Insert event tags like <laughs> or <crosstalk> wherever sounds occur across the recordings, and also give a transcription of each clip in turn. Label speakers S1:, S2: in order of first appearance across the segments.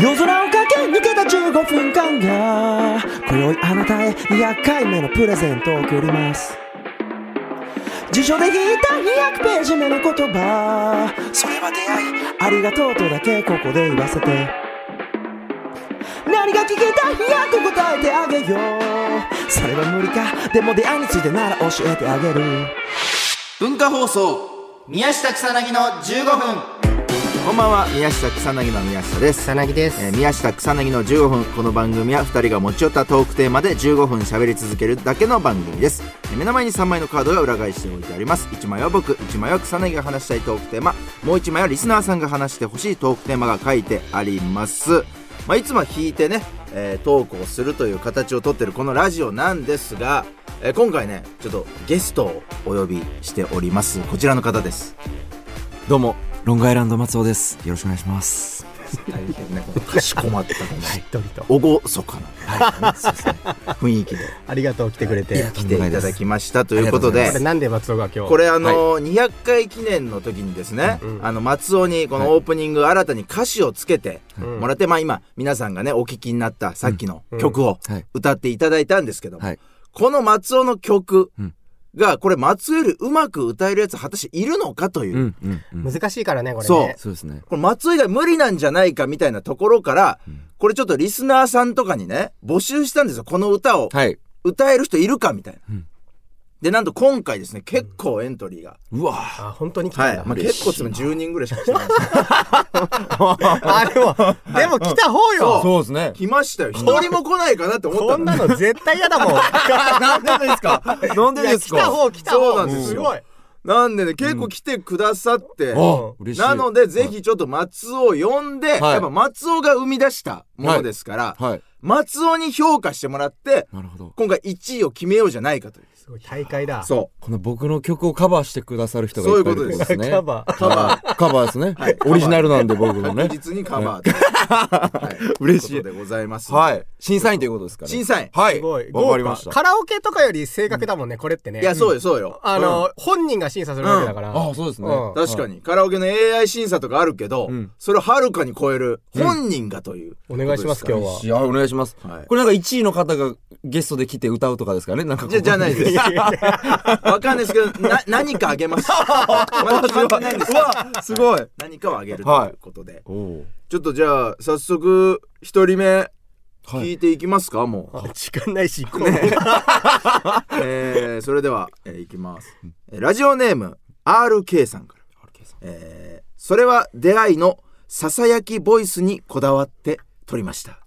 S1: 夜空を駆け抜けた15分間が今宵あなたへ200回目のプレゼントを贈ります辞書で引いた200ページ目の言葉それは出会いありがとうとだけここで言わせて何が聞きたいやと答えてあげようそれは無理かでも出会いについてなら教えてあげる
S2: 文化放送宮下草薙の15分こんばんは宮下草薙の宮下です
S3: 草薙です、
S2: えー宮下草薙の15分この番組は2人が持ち寄ったトークテーマで15分喋り続けるだけの番組ですえー目の前に3枚のカードが裏返しておいてあります1枚は僕1枚は草薙が話したいトークテーマもう1枚はリスナーさんが話してほしいトークテーマが書いてあります、まあ、いつもは引いてね、えートークをするという形をとってるこのラジオなんですが、えー今回ねちょっとゲストをお呼びしておりますこちらの方ですどうも
S4: ロングアイランド松尾です。よろしくお願いします。
S2: <laughs> 大変ね、このかしこまったこの
S3: 一人と
S2: おごそかな、
S1: <laughs>
S2: 雰囲気で
S3: ありがとう来てくれて
S4: や
S2: 来ていただきましたということ
S4: あ
S2: で
S3: これなんで松尾が今日
S2: これあのー200回記念の時にですね、あの松尾にこのオープニング新たに歌詞をつけて
S3: ん
S2: もらって、まあ今皆さんがねお聞きになったさっきの曲を
S4: うんはい
S2: 歌っていただいたんですけども、
S4: はい
S2: この松尾の曲
S4: うん
S2: がこれ松尾よりうまく歌えるやつ果たしているのかという、
S4: うんうんうん。
S3: 難しいからねこれね
S2: そう
S4: そうですね。
S2: これ松井が無理なんじゃないかみたいなところから、これちょっとリスナーさんとかにね、募集したんですよ。この歌を
S4: はい。
S2: 歌える人いるかみたいな。
S4: うん
S2: で、なんと今回ですね、結構エントリーが。
S4: うわ
S3: あ本当に来
S2: は
S3: た
S2: い
S3: ん。だ、
S2: まあ、結構つも10人ぐらいしか来てない。
S3: <laughs> あでもでも来た方よ
S2: そう
S4: ですね。
S2: 来ましたよ。一人も来ないかなって思った
S3: こん
S2: の
S3: なの絶対嫌だもんなんでですか
S4: なんでですか
S3: 来た方来た方
S2: そうなんですよ
S3: ごい
S2: なんでね、結構来てくださって。
S4: あ、嬉しい。
S2: なので、ぜひちょっと松尾を呼んで、
S4: はい
S2: やっぱ松尾が生み出したものですから、
S4: はい。
S2: 松尾に評価してもらって、
S4: なるほど。
S2: 今回1位を決めようじゃないかという。
S3: すごい大会だ
S2: そう。
S4: この僕の曲をカバーしてくださる人がいっぱいいるってことですね。
S3: カバー
S2: カバ
S4: ー。カバーですね
S2: はい。
S4: オリジナルなんで僕のね
S2: 確。実にカバーと、はい、
S4: <laughs> 嬉しい
S2: とうことでございます
S4: はい。審査員ということですからね。
S2: 審査員
S4: は
S3: す
S4: い。
S3: ごい
S4: わかりまし
S3: 豪華カ
S4: た。
S3: ラオケとかより正確だもんね、これってね
S2: いやそうよそうよ、
S3: あの、本人が審査するわけだから、
S4: あ、そうですね。
S3: うん
S2: うん確かにカラオケの AI 審査とかあるけど、
S4: うん
S2: それをはるかに超える本人がという、
S3: お願いします今日は
S4: はい。あ、お願いします。
S2: はい
S4: これなんか1位の方がゲストで来て歌うとかですかねなんかここ
S2: じゃじゃないですわかんないですけどな何かあげますまだ決まってないんですけど
S4: すごい。
S2: 何かをあげるということで、
S4: おお。
S2: ちょっとじゃあ早速一人目
S4: は
S2: 聞
S4: い。
S2: いていきますか、もう、
S3: あ時間ないし、こう
S2: えー、それでは、えーいきますえーラジオネーム RK さんからえーそれは出会いのささやきボイスにこだわって撮りました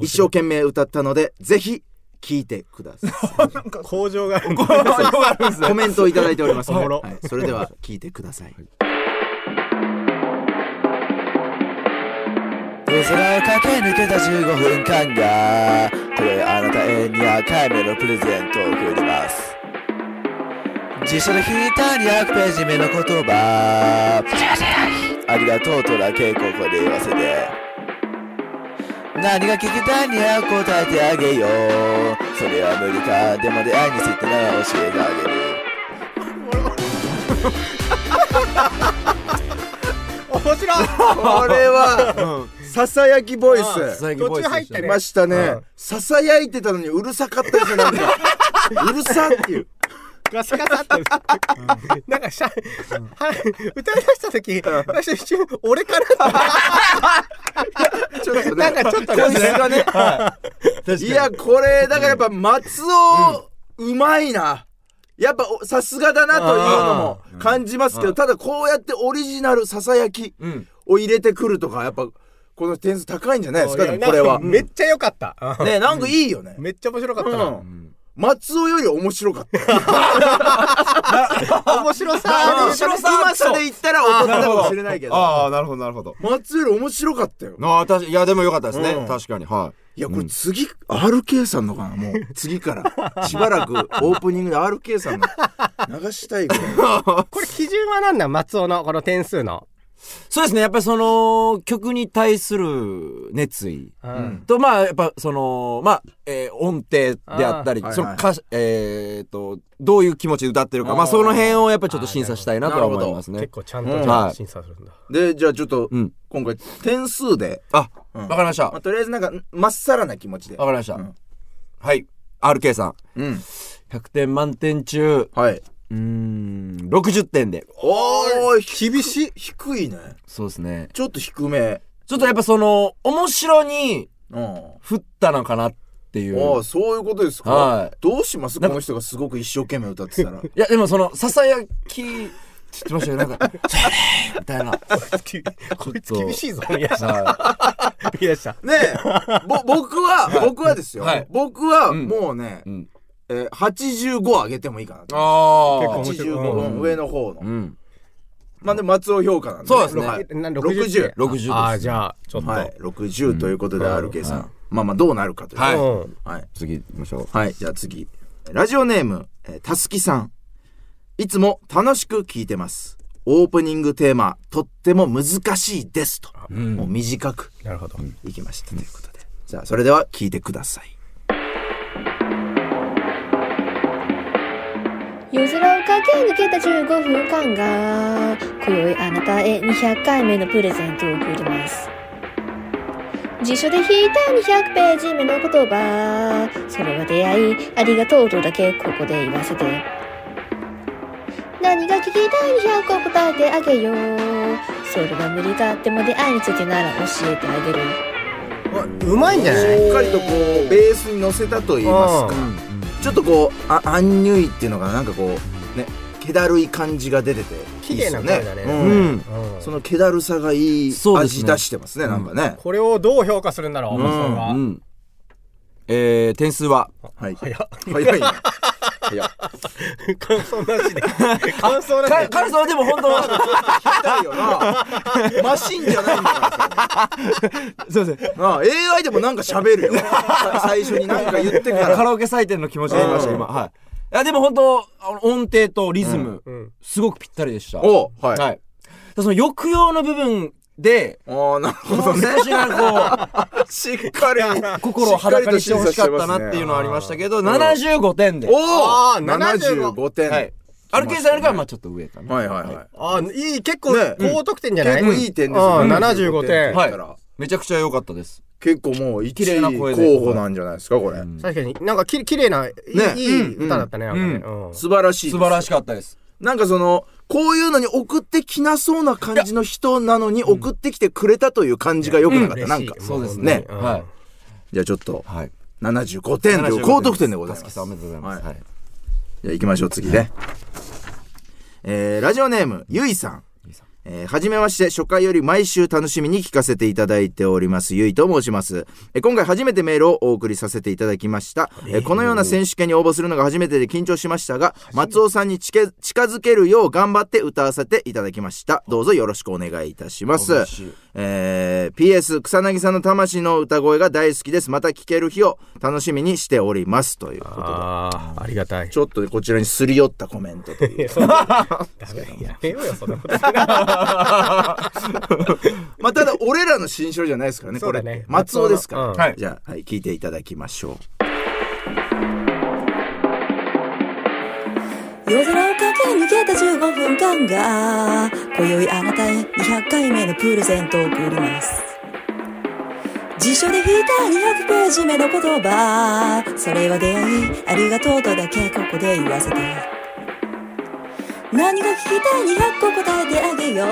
S2: 一生懸命歌ったのでぜひ聞いてくださ <laughs> い
S3: 工場があるんだ
S2: コメントをいただいております、
S3: お
S2: は
S3: も
S2: い
S3: ろ
S2: それでは聞いてください
S1: 夜空を駆け抜けた15分間が今宵あなたへ200回目のプレゼントを贈ります辞書で引いた200ページ目の言葉ありがとうとだけここで言わせて何が聞きたいには答えてあげようそれは無理かでも出会いについてなら教えてあげる
S3: 面白い
S2: これはささやきボイ
S3: うん
S2: ス
S4: ささやきボイ
S3: 途
S4: スでし
S3: 中入ったて
S4: ね
S2: 来
S3: ね
S2: ましたね、
S3: うん
S2: ささやいてたのにうるさかったですよなんかうるさっていう
S3: ガサガサって。なんかしゃ、は歌い出した時、私一瞬、俺かな
S2: ちょっと
S3: な
S2: ね
S3: んかちょっとね
S2: ボイスがね、いやこれだからやっぱ松尾、うまいなやっぱおさすがだなというのも感じますけど、ただこうやってオリジナルささやき
S4: うん。
S2: を入れてくるとかやっぱこの点数高いんじゃないですかでもこれ
S3: なん
S2: は
S3: かめっちゃ良かった。うん
S2: ねなんかいいよね、
S3: めっちゃ面白かっ
S2: う
S3: たな。
S2: ん、松尾より面白かった
S3: 面白さ
S2: あ
S3: あ
S2: 面
S3: る
S2: 白さうまさで言ったら劣ったかもしれないけど
S4: ああ、なるほど、なるほど。
S2: 松尾より面白かったよ
S4: ああ、確かいや、でもよかったですね。
S2: うん
S4: 確かに。はい。
S2: いやこれ次、RK さんのかなもう次 <laughs> からしばらくオープニングで RK さんの流したいぐらい
S3: これ基準は何なん松尾のこの点数の。
S4: そうですね。やっぱりその、曲に対する熱意。
S3: うん
S4: と、まあ、やっぱ、その、まあ、えー音程であったり
S2: あー、
S4: そ
S2: はいはい
S4: の歌詞、えーと、どういう気持ちで歌ってるか、まあ、その辺をやっぱりちょっと審査したいなとは思いますね
S3: 結。構ちゃんと
S4: うん
S3: じゃ
S4: は
S3: あ
S4: い
S3: 審査するんだ。
S2: で、じゃあちょっと
S4: うん、
S2: 今回、点数で、
S4: あ、
S2: うん
S4: わかりました。
S2: まあ
S4: わか
S2: とりあえずなんか、まっさらな気持ちで。
S4: りました
S2: うん。
S4: はい。RK さん。
S2: うん。
S4: 100点満点中、
S2: はい。
S4: うーん、60点で。
S2: おー、厳しい。低いね。
S4: そうですね。
S2: ちょっと低め。
S4: ちょっとやっぱその、面白に
S2: うん。
S4: 振ったのかなっていう。
S2: ああ、そういうことですか。
S4: は
S2: どうしますこの人がすごく一生懸命歌ってたら。
S4: いや、でもその、ささやき、って言ってましたよ。なんか、じゃあねーみたいな。
S3: こいつ厳しいぞ、宮下。
S4: は
S3: <laughs> 宮下。
S2: ねえ、
S4: <laughs>
S2: ぼ、僕は、僕はですよ。
S4: はい
S2: 僕は、
S4: うん
S2: もうね、
S4: い。うん。
S2: えー85上げてもいいかなと。
S4: あ
S3: 結構面白い
S2: 85、
S3: うん
S2: うん上の方の。
S4: うん。
S2: まあで、松尾評価なんで。
S4: そうですね
S2: はい
S3: な
S2: 60
S4: 60です
S3: ああ、じゃあ、ちょっと。
S2: はい、60ということで、
S3: うん
S2: RK さん。まあまあ、どうなるかという。
S4: はい
S3: うん
S2: はい。
S4: 次行きましょう。
S2: はい、じゃあ次。ラジオネーム、えーたすきさん。いつも楽しく聞いてます。オープニングテーマ、とっても難しいですと。もう短く
S3: なるほど。
S2: いきましたということで。じゃあ、それでは聞いてください。
S5: 譲らう影抜けた15分間が今宵あなたへ200回目のプレゼントを送ります辞書で引いた200ページ目の言葉それは出会いありがとうとだけここで言わせて何が聞きたい200個答えてあげようそれは無理だっても出会いについてなら教えてあげる
S3: うまいんじゃない
S2: しっかりとこうベースに乗せたと言いますか、ちょっとこうあアンニュイっていうのがなんかこうね気だるい感じが出てて
S3: 綺
S2: いいで
S3: 麗
S2: すよ
S3: な
S2: ね
S3: 声だね。
S2: うん
S4: うん。
S3: うん
S2: その気だるさがいい
S4: そうです
S2: 味
S4: ね
S2: 出してますねなんかね、
S3: これをどう評価するんだろう、
S2: うん
S3: 松尾は
S4: うん。えー、点数は、
S2: はい
S3: 早っ。
S2: 早いな早い
S3: <laughs> 感想なしで。感想な
S4: か
S3: しで。
S4: 感想はでも本当は、
S2: 痛いよなマシンじゃないんだからさ
S4: <laughs> すいません。
S2: なあ AI でもなんか喋るよ <laughs> さ最初に何か言ってか
S4: カ <laughs>
S2: ら
S4: ラオケ採点の気持ちで言いました、
S2: うん
S4: 今。はい。いや、でも本当あの音程とリズム、
S3: うん
S4: すごくぴったりでした。は
S2: おはい、
S4: い。だからその抑揚の部分で、
S2: ああなるほどね
S4: 少しなんかこ
S2: しっかり
S4: う、心を裸にしてほしかったなっていうのはありましたけど、75点で。
S2: お
S4: は
S2: お
S3: あー
S2: 75点、
S4: い。歩きさんよりかはまあちょっと上かな。
S2: はいはいはい
S3: あ、いい、結構
S2: ね
S3: 高得点じゃない
S2: 結構いい点です
S3: う
S2: よ
S3: ん
S2: ね。
S3: 75点
S2: はい
S4: は。めちゃくちゃ良かったです。
S2: 結構もう一
S4: 麗
S2: 位
S4: な
S2: 候
S4: 声で
S2: 補なんじゃないですか、これ。
S3: 確かに、なんかき綺麗な、いい
S2: ね
S3: いい歌だったね。なんかねうん
S2: 素晴らしい。
S4: 素晴ら
S2: し
S4: しかったです。
S2: い。なんかその、こういうのに送ってきなそうな感じの人なのに送ってきてくれたという感じが良くなかった。なんか。
S3: 嬉しい
S4: そうです
S2: ね
S4: ね。。
S3: うん
S4: はい。
S2: じゃあちょっと、
S4: はい。
S2: 75点という高得点でございま
S4: た
S2: す
S4: き
S2: す。じ
S4: さんおめでとうございます。
S2: は
S4: はいい。
S2: ゃあ行きましょう、次ね。えーラジオネーム、ゆいさん。えーはじめまして、初回より毎週楽しみに聞かせていただいております、ゆいと申します。えー今回初めてメールをお送りさせていただきました。えーこのような選手権に応募するのが初めてで緊張しましたが、松尾さんに近づ近づけるよう頑張って歌わせていただきました。どうぞよろしくお願いいたします
S4: 嬉しい。
S2: えー PS、草薙さんの魂の歌声が大好きです。また聴ける日を楽しみにしております。ということで。
S3: ああ、あり
S2: <laughs>
S3: がたい。
S2: ちょっとこちらにすり寄ったコメントという。
S3: ダメやめようよ、そんなこと。
S2: <laughs> まあただ俺らの新書じゃないですからね、
S3: そ
S2: こ
S3: う
S2: れ
S3: だ
S2: っ
S3: ね
S2: て。松尾ですから。
S3: うん
S4: はい
S2: じゃあ、はい、聞いていただきましょ
S5: 夜空を駆け抜けた15分間が今宵あなたへ200回目のプレゼントを送ります辞書で引いた200ページ目の言葉それは出会いありがとうとだけここで言わせて何が聞きたい200個答えてあげよ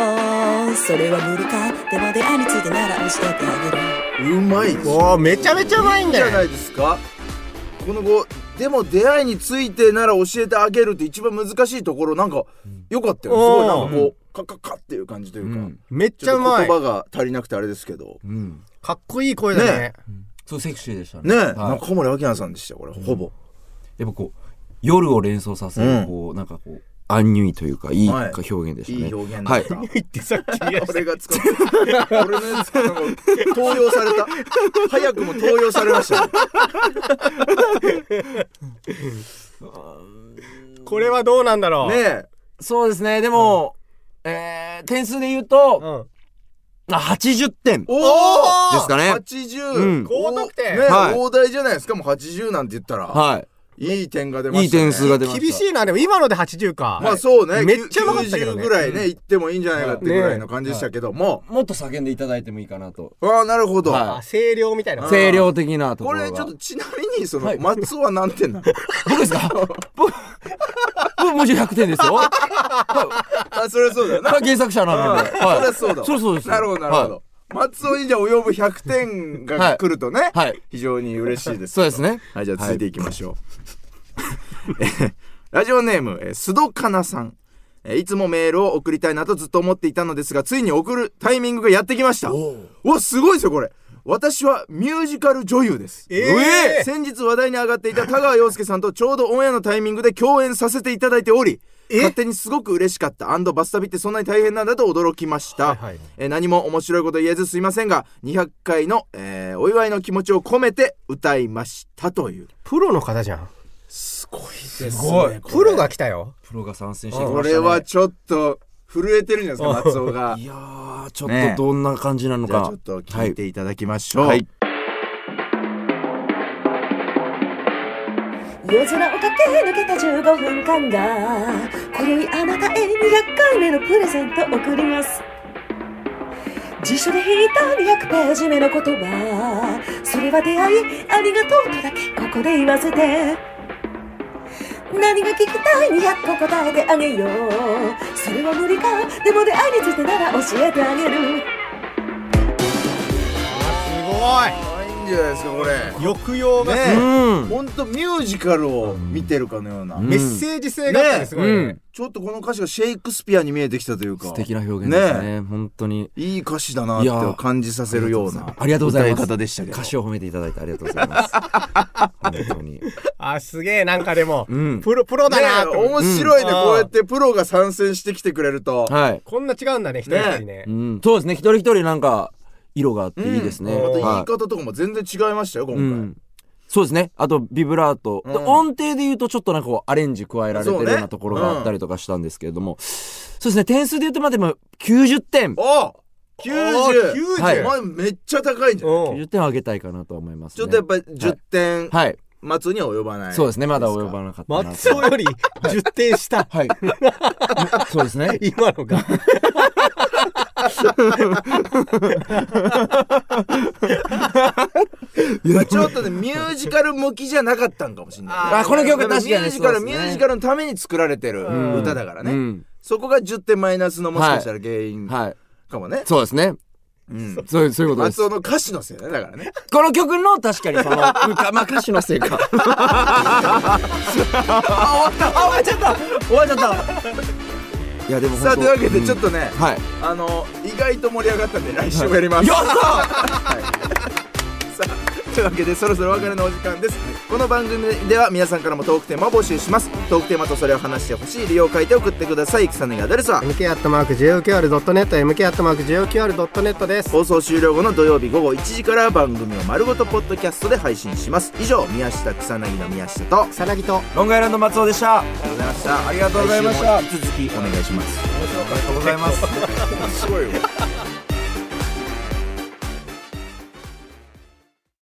S5: うそれは無理かでも出会いについてなら教えてあげる
S2: う。うまいですよ
S3: <laughs> おーめちゃめちゃうまいんだ
S2: じゃな
S3: よ。
S2: いですか。この後、でも出会いについてなら教えてあげるって一番難しいところ、なんか、よかったよね。す
S3: おー
S2: ごいなんかこう、カッカッカッっていう感じというか。
S4: うん
S3: めっ
S2: ち
S3: ちゃ
S2: ょっ
S3: う
S2: と
S3: ま
S2: 言
S3: い。
S2: 葉が足りなくてあれですけど。
S4: うん。
S3: かっこいい声だね。
S2: ね
S4: そうセクシーでしたね。
S2: ねえ、
S4: はい
S2: 中森明菜さんでしたよ、これ、ほぼ。
S4: やっぱこう、夜を連想させ
S2: うん
S4: る、こう、なんかこう、安入というか、いい
S2: はい
S4: か表現でしたね。
S2: いい表現だ
S4: は
S2: っ
S4: い
S2: た。。
S3: ってさっき言い
S2: <laughs>
S3: 出した
S2: 俺が使った。俺のやつ、なんか、盗用された。
S4: <laughs>
S2: 早くも盗用されましたね。
S3: これはどうなんだろう。
S2: ねえ。
S4: そうですね。でも、えー、点数で言うと、
S3: ん。
S4: あ80点。
S2: お
S4: ーですかね
S2: 80。
S4: うん
S3: 高得点
S2: ね、
S4: はい
S2: 大台じゃないですか。もう80なんて言ったら。。
S4: はい
S2: い点が出ました、
S4: い。
S2: ね。
S4: いい点数が出ました。
S3: 厳しいな、でも今ので80か。
S2: まあそうね。
S3: めっちゃうまかったけどね
S2: 90ぐらいね、行ってもいいんじゃないかってぐらいの感じでしたけども。
S4: もっと叫んでいただいてもいいかなと。
S2: ああ、なるほど。
S4: はい
S3: あ声量みたいな。
S4: 清涼的なとこ
S2: こ
S4: ろが。
S2: れちょっとちなみに、その、
S4: はい
S2: 松尾は何点な
S4: <laughs>
S2: の
S4: 僕ですか僕、僕もちろん100点 <laughs> ですよ。はい
S2: あ、そりゃそうだよな。
S4: 原作者なので。
S2: そりゃそうだわ
S4: <laughs> そうそうです。
S2: なるほど、なるほ
S4: は
S2: ど。松尾にじゃあ及ぶ100点が来るとね、
S4: はいはい
S2: 非常に嬉しいです。
S4: い。そうですね。
S2: はい、じゃあ続いていきましょう。 <laughs> えーラジオネーム、えー須戸かなさん。えーいつもメールを送りたいなとずっと思っていたのですが、ついに送るタイミングがやってきました。うわ、すごいですよ、これ。私はミュージカル女優です。
S3: えー
S2: え先日話題に上がっていた田川陽介さんとちょうどオンエアのタイミングで共演させていただいており、勝手にすごく嬉しかった。アンドバス旅ってそんなに大変なんだと驚きました。
S3: はいはい
S2: えー何も面白いこと言えずすいませんが、200回の、えーお祝いの気持ちを込めて歌いましたという。
S3: プロの方じゃん。
S2: すごいですね。
S3: プロが来たよ。
S4: プロが参戦し
S2: こ
S4: てき
S2: れ。こ
S4: ましたね。
S2: れはちょっと震えてるんじゃないですか、松尾が。
S4: い
S2: じ
S4: やー、ちょ
S2: ね
S4: っとどんな感じなの
S2: ゃあ
S4: か。
S2: ちょっと聞いていただきましょう。
S4: はい。
S5: 夜空を駆け抜けた15分間が今宵あなたへ200回目のプレゼントを送ります辞書で引いた200ページ目の言葉それは出会いありがとうとだけここで言わせて何が聞きたい200個答えてあげようそれは無理かでも出会いについてなら教えてあげる
S3: す
S2: あいいんじゃないですか、これ。
S3: ごい。抑揚が、
S2: ね
S4: うん。
S2: ほんとミュージカルを見てるかのような。
S4: うん
S3: メッセージ性があったりすごいね。
S4: うん
S2: ちょっとこの歌詞がシェイクスピアに見えてきたというか。
S4: 素敵な表現です
S2: ね
S4: ね。本当に。
S2: いい歌詞だなってい
S4: や
S2: 感じさせるような
S4: ありがとうございま
S2: 歌
S4: す。
S2: い方でしたけど。
S4: 歌詞を褒めていただいてありがとうござい <laughs> ます。本当に。
S3: あ、すげえ、なんかでも、
S4: うん
S3: プロ、プロだなーって
S2: ね
S3: 思う
S2: 面白いね、
S3: うん
S2: こうやってプロが参戦してきてくれると。
S4: はい。
S3: こんな違うんだね、一人一人ね
S4: う。ん。そうですね。一人一人なんか、色があっていいですね。
S2: また言い
S4: はい
S2: 方とかも全然違いましたよ、今
S4: う
S2: 回。
S4: ん、そうですねあとビブラート、
S2: うん
S4: で音程で言うとちょっとなんかこうアレンジ加えられてる
S2: そうね
S4: ようなところがあったりとかしたんですけれども、そうですね点数で言うとまあでも90点
S2: お
S3: おー
S2: !90!
S3: 90
S4: はい
S2: お前めっちゃ高いんじゃん。
S3: うん
S4: 90点を上げたいかなとは思います、ね、
S2: ちょっとやっぱり10点、
S4: はい
S2: 松には及ばない。
S4: そうですねまだ
S2: です
S4: 及
S2: か
S4: ばなかったな
S3: 松尾より10点下。
S4: はい <laughs> そうですね
S3: <laughs> 今のが。 <laughs>
S2: まあちょっとね、ミュージカル向きじゃなかったんかもしれない。
S4: あこの曲確かに
S2: ミュージカル、
S4: そう
S2: ミ
S4: ですね
S2: ュージカルのために作られてる
S3: うん
S2: 歌だから
S4: う
S2: ね。
S4: ん
S2: そこが10点マイナスのもしかしたら原因か
S4: はい
S2: もね。
S4: そうですね
S2: うん
S4: そうそういうことで
S2: 松
S4: す
S2: 尾の歌詞のせいだね、だからね。
S4: この曲の確かに <laughs> その歌まあ歌手の <laughs> せいかあ終わったあ終わっちゃった終わっちゃったいやでも本当
S2: さあ、というわけでちょっと
S4: うん
S2: ね、
S4: はい
S2: あの、意外と盛り上がったんで来週もやります。 <laughs>
S4: やった
S2: さあというわけでそろそろお別れのお時間ですこの番組では皆さんからもトークテーマを募集しますトークテーマとそれを話してほしい理由を書いて送ってください草根が誰さ
S3: mk アットマーク JOQR.net、mk アットマーク JOQR.net です。
S2: 放送終了後の土曜日午後1時から番組を丸ごとポッドキャストで配信します以上宮下草薙の宮下とあり
S3: さなぎと。
S4: ロングアイランド松尾でした。あ
S2: がとうございましたありがと
S4: うございました
S2: 引き続きお願いします
S4: <laughs> りがとうございます。
S2: すごいわ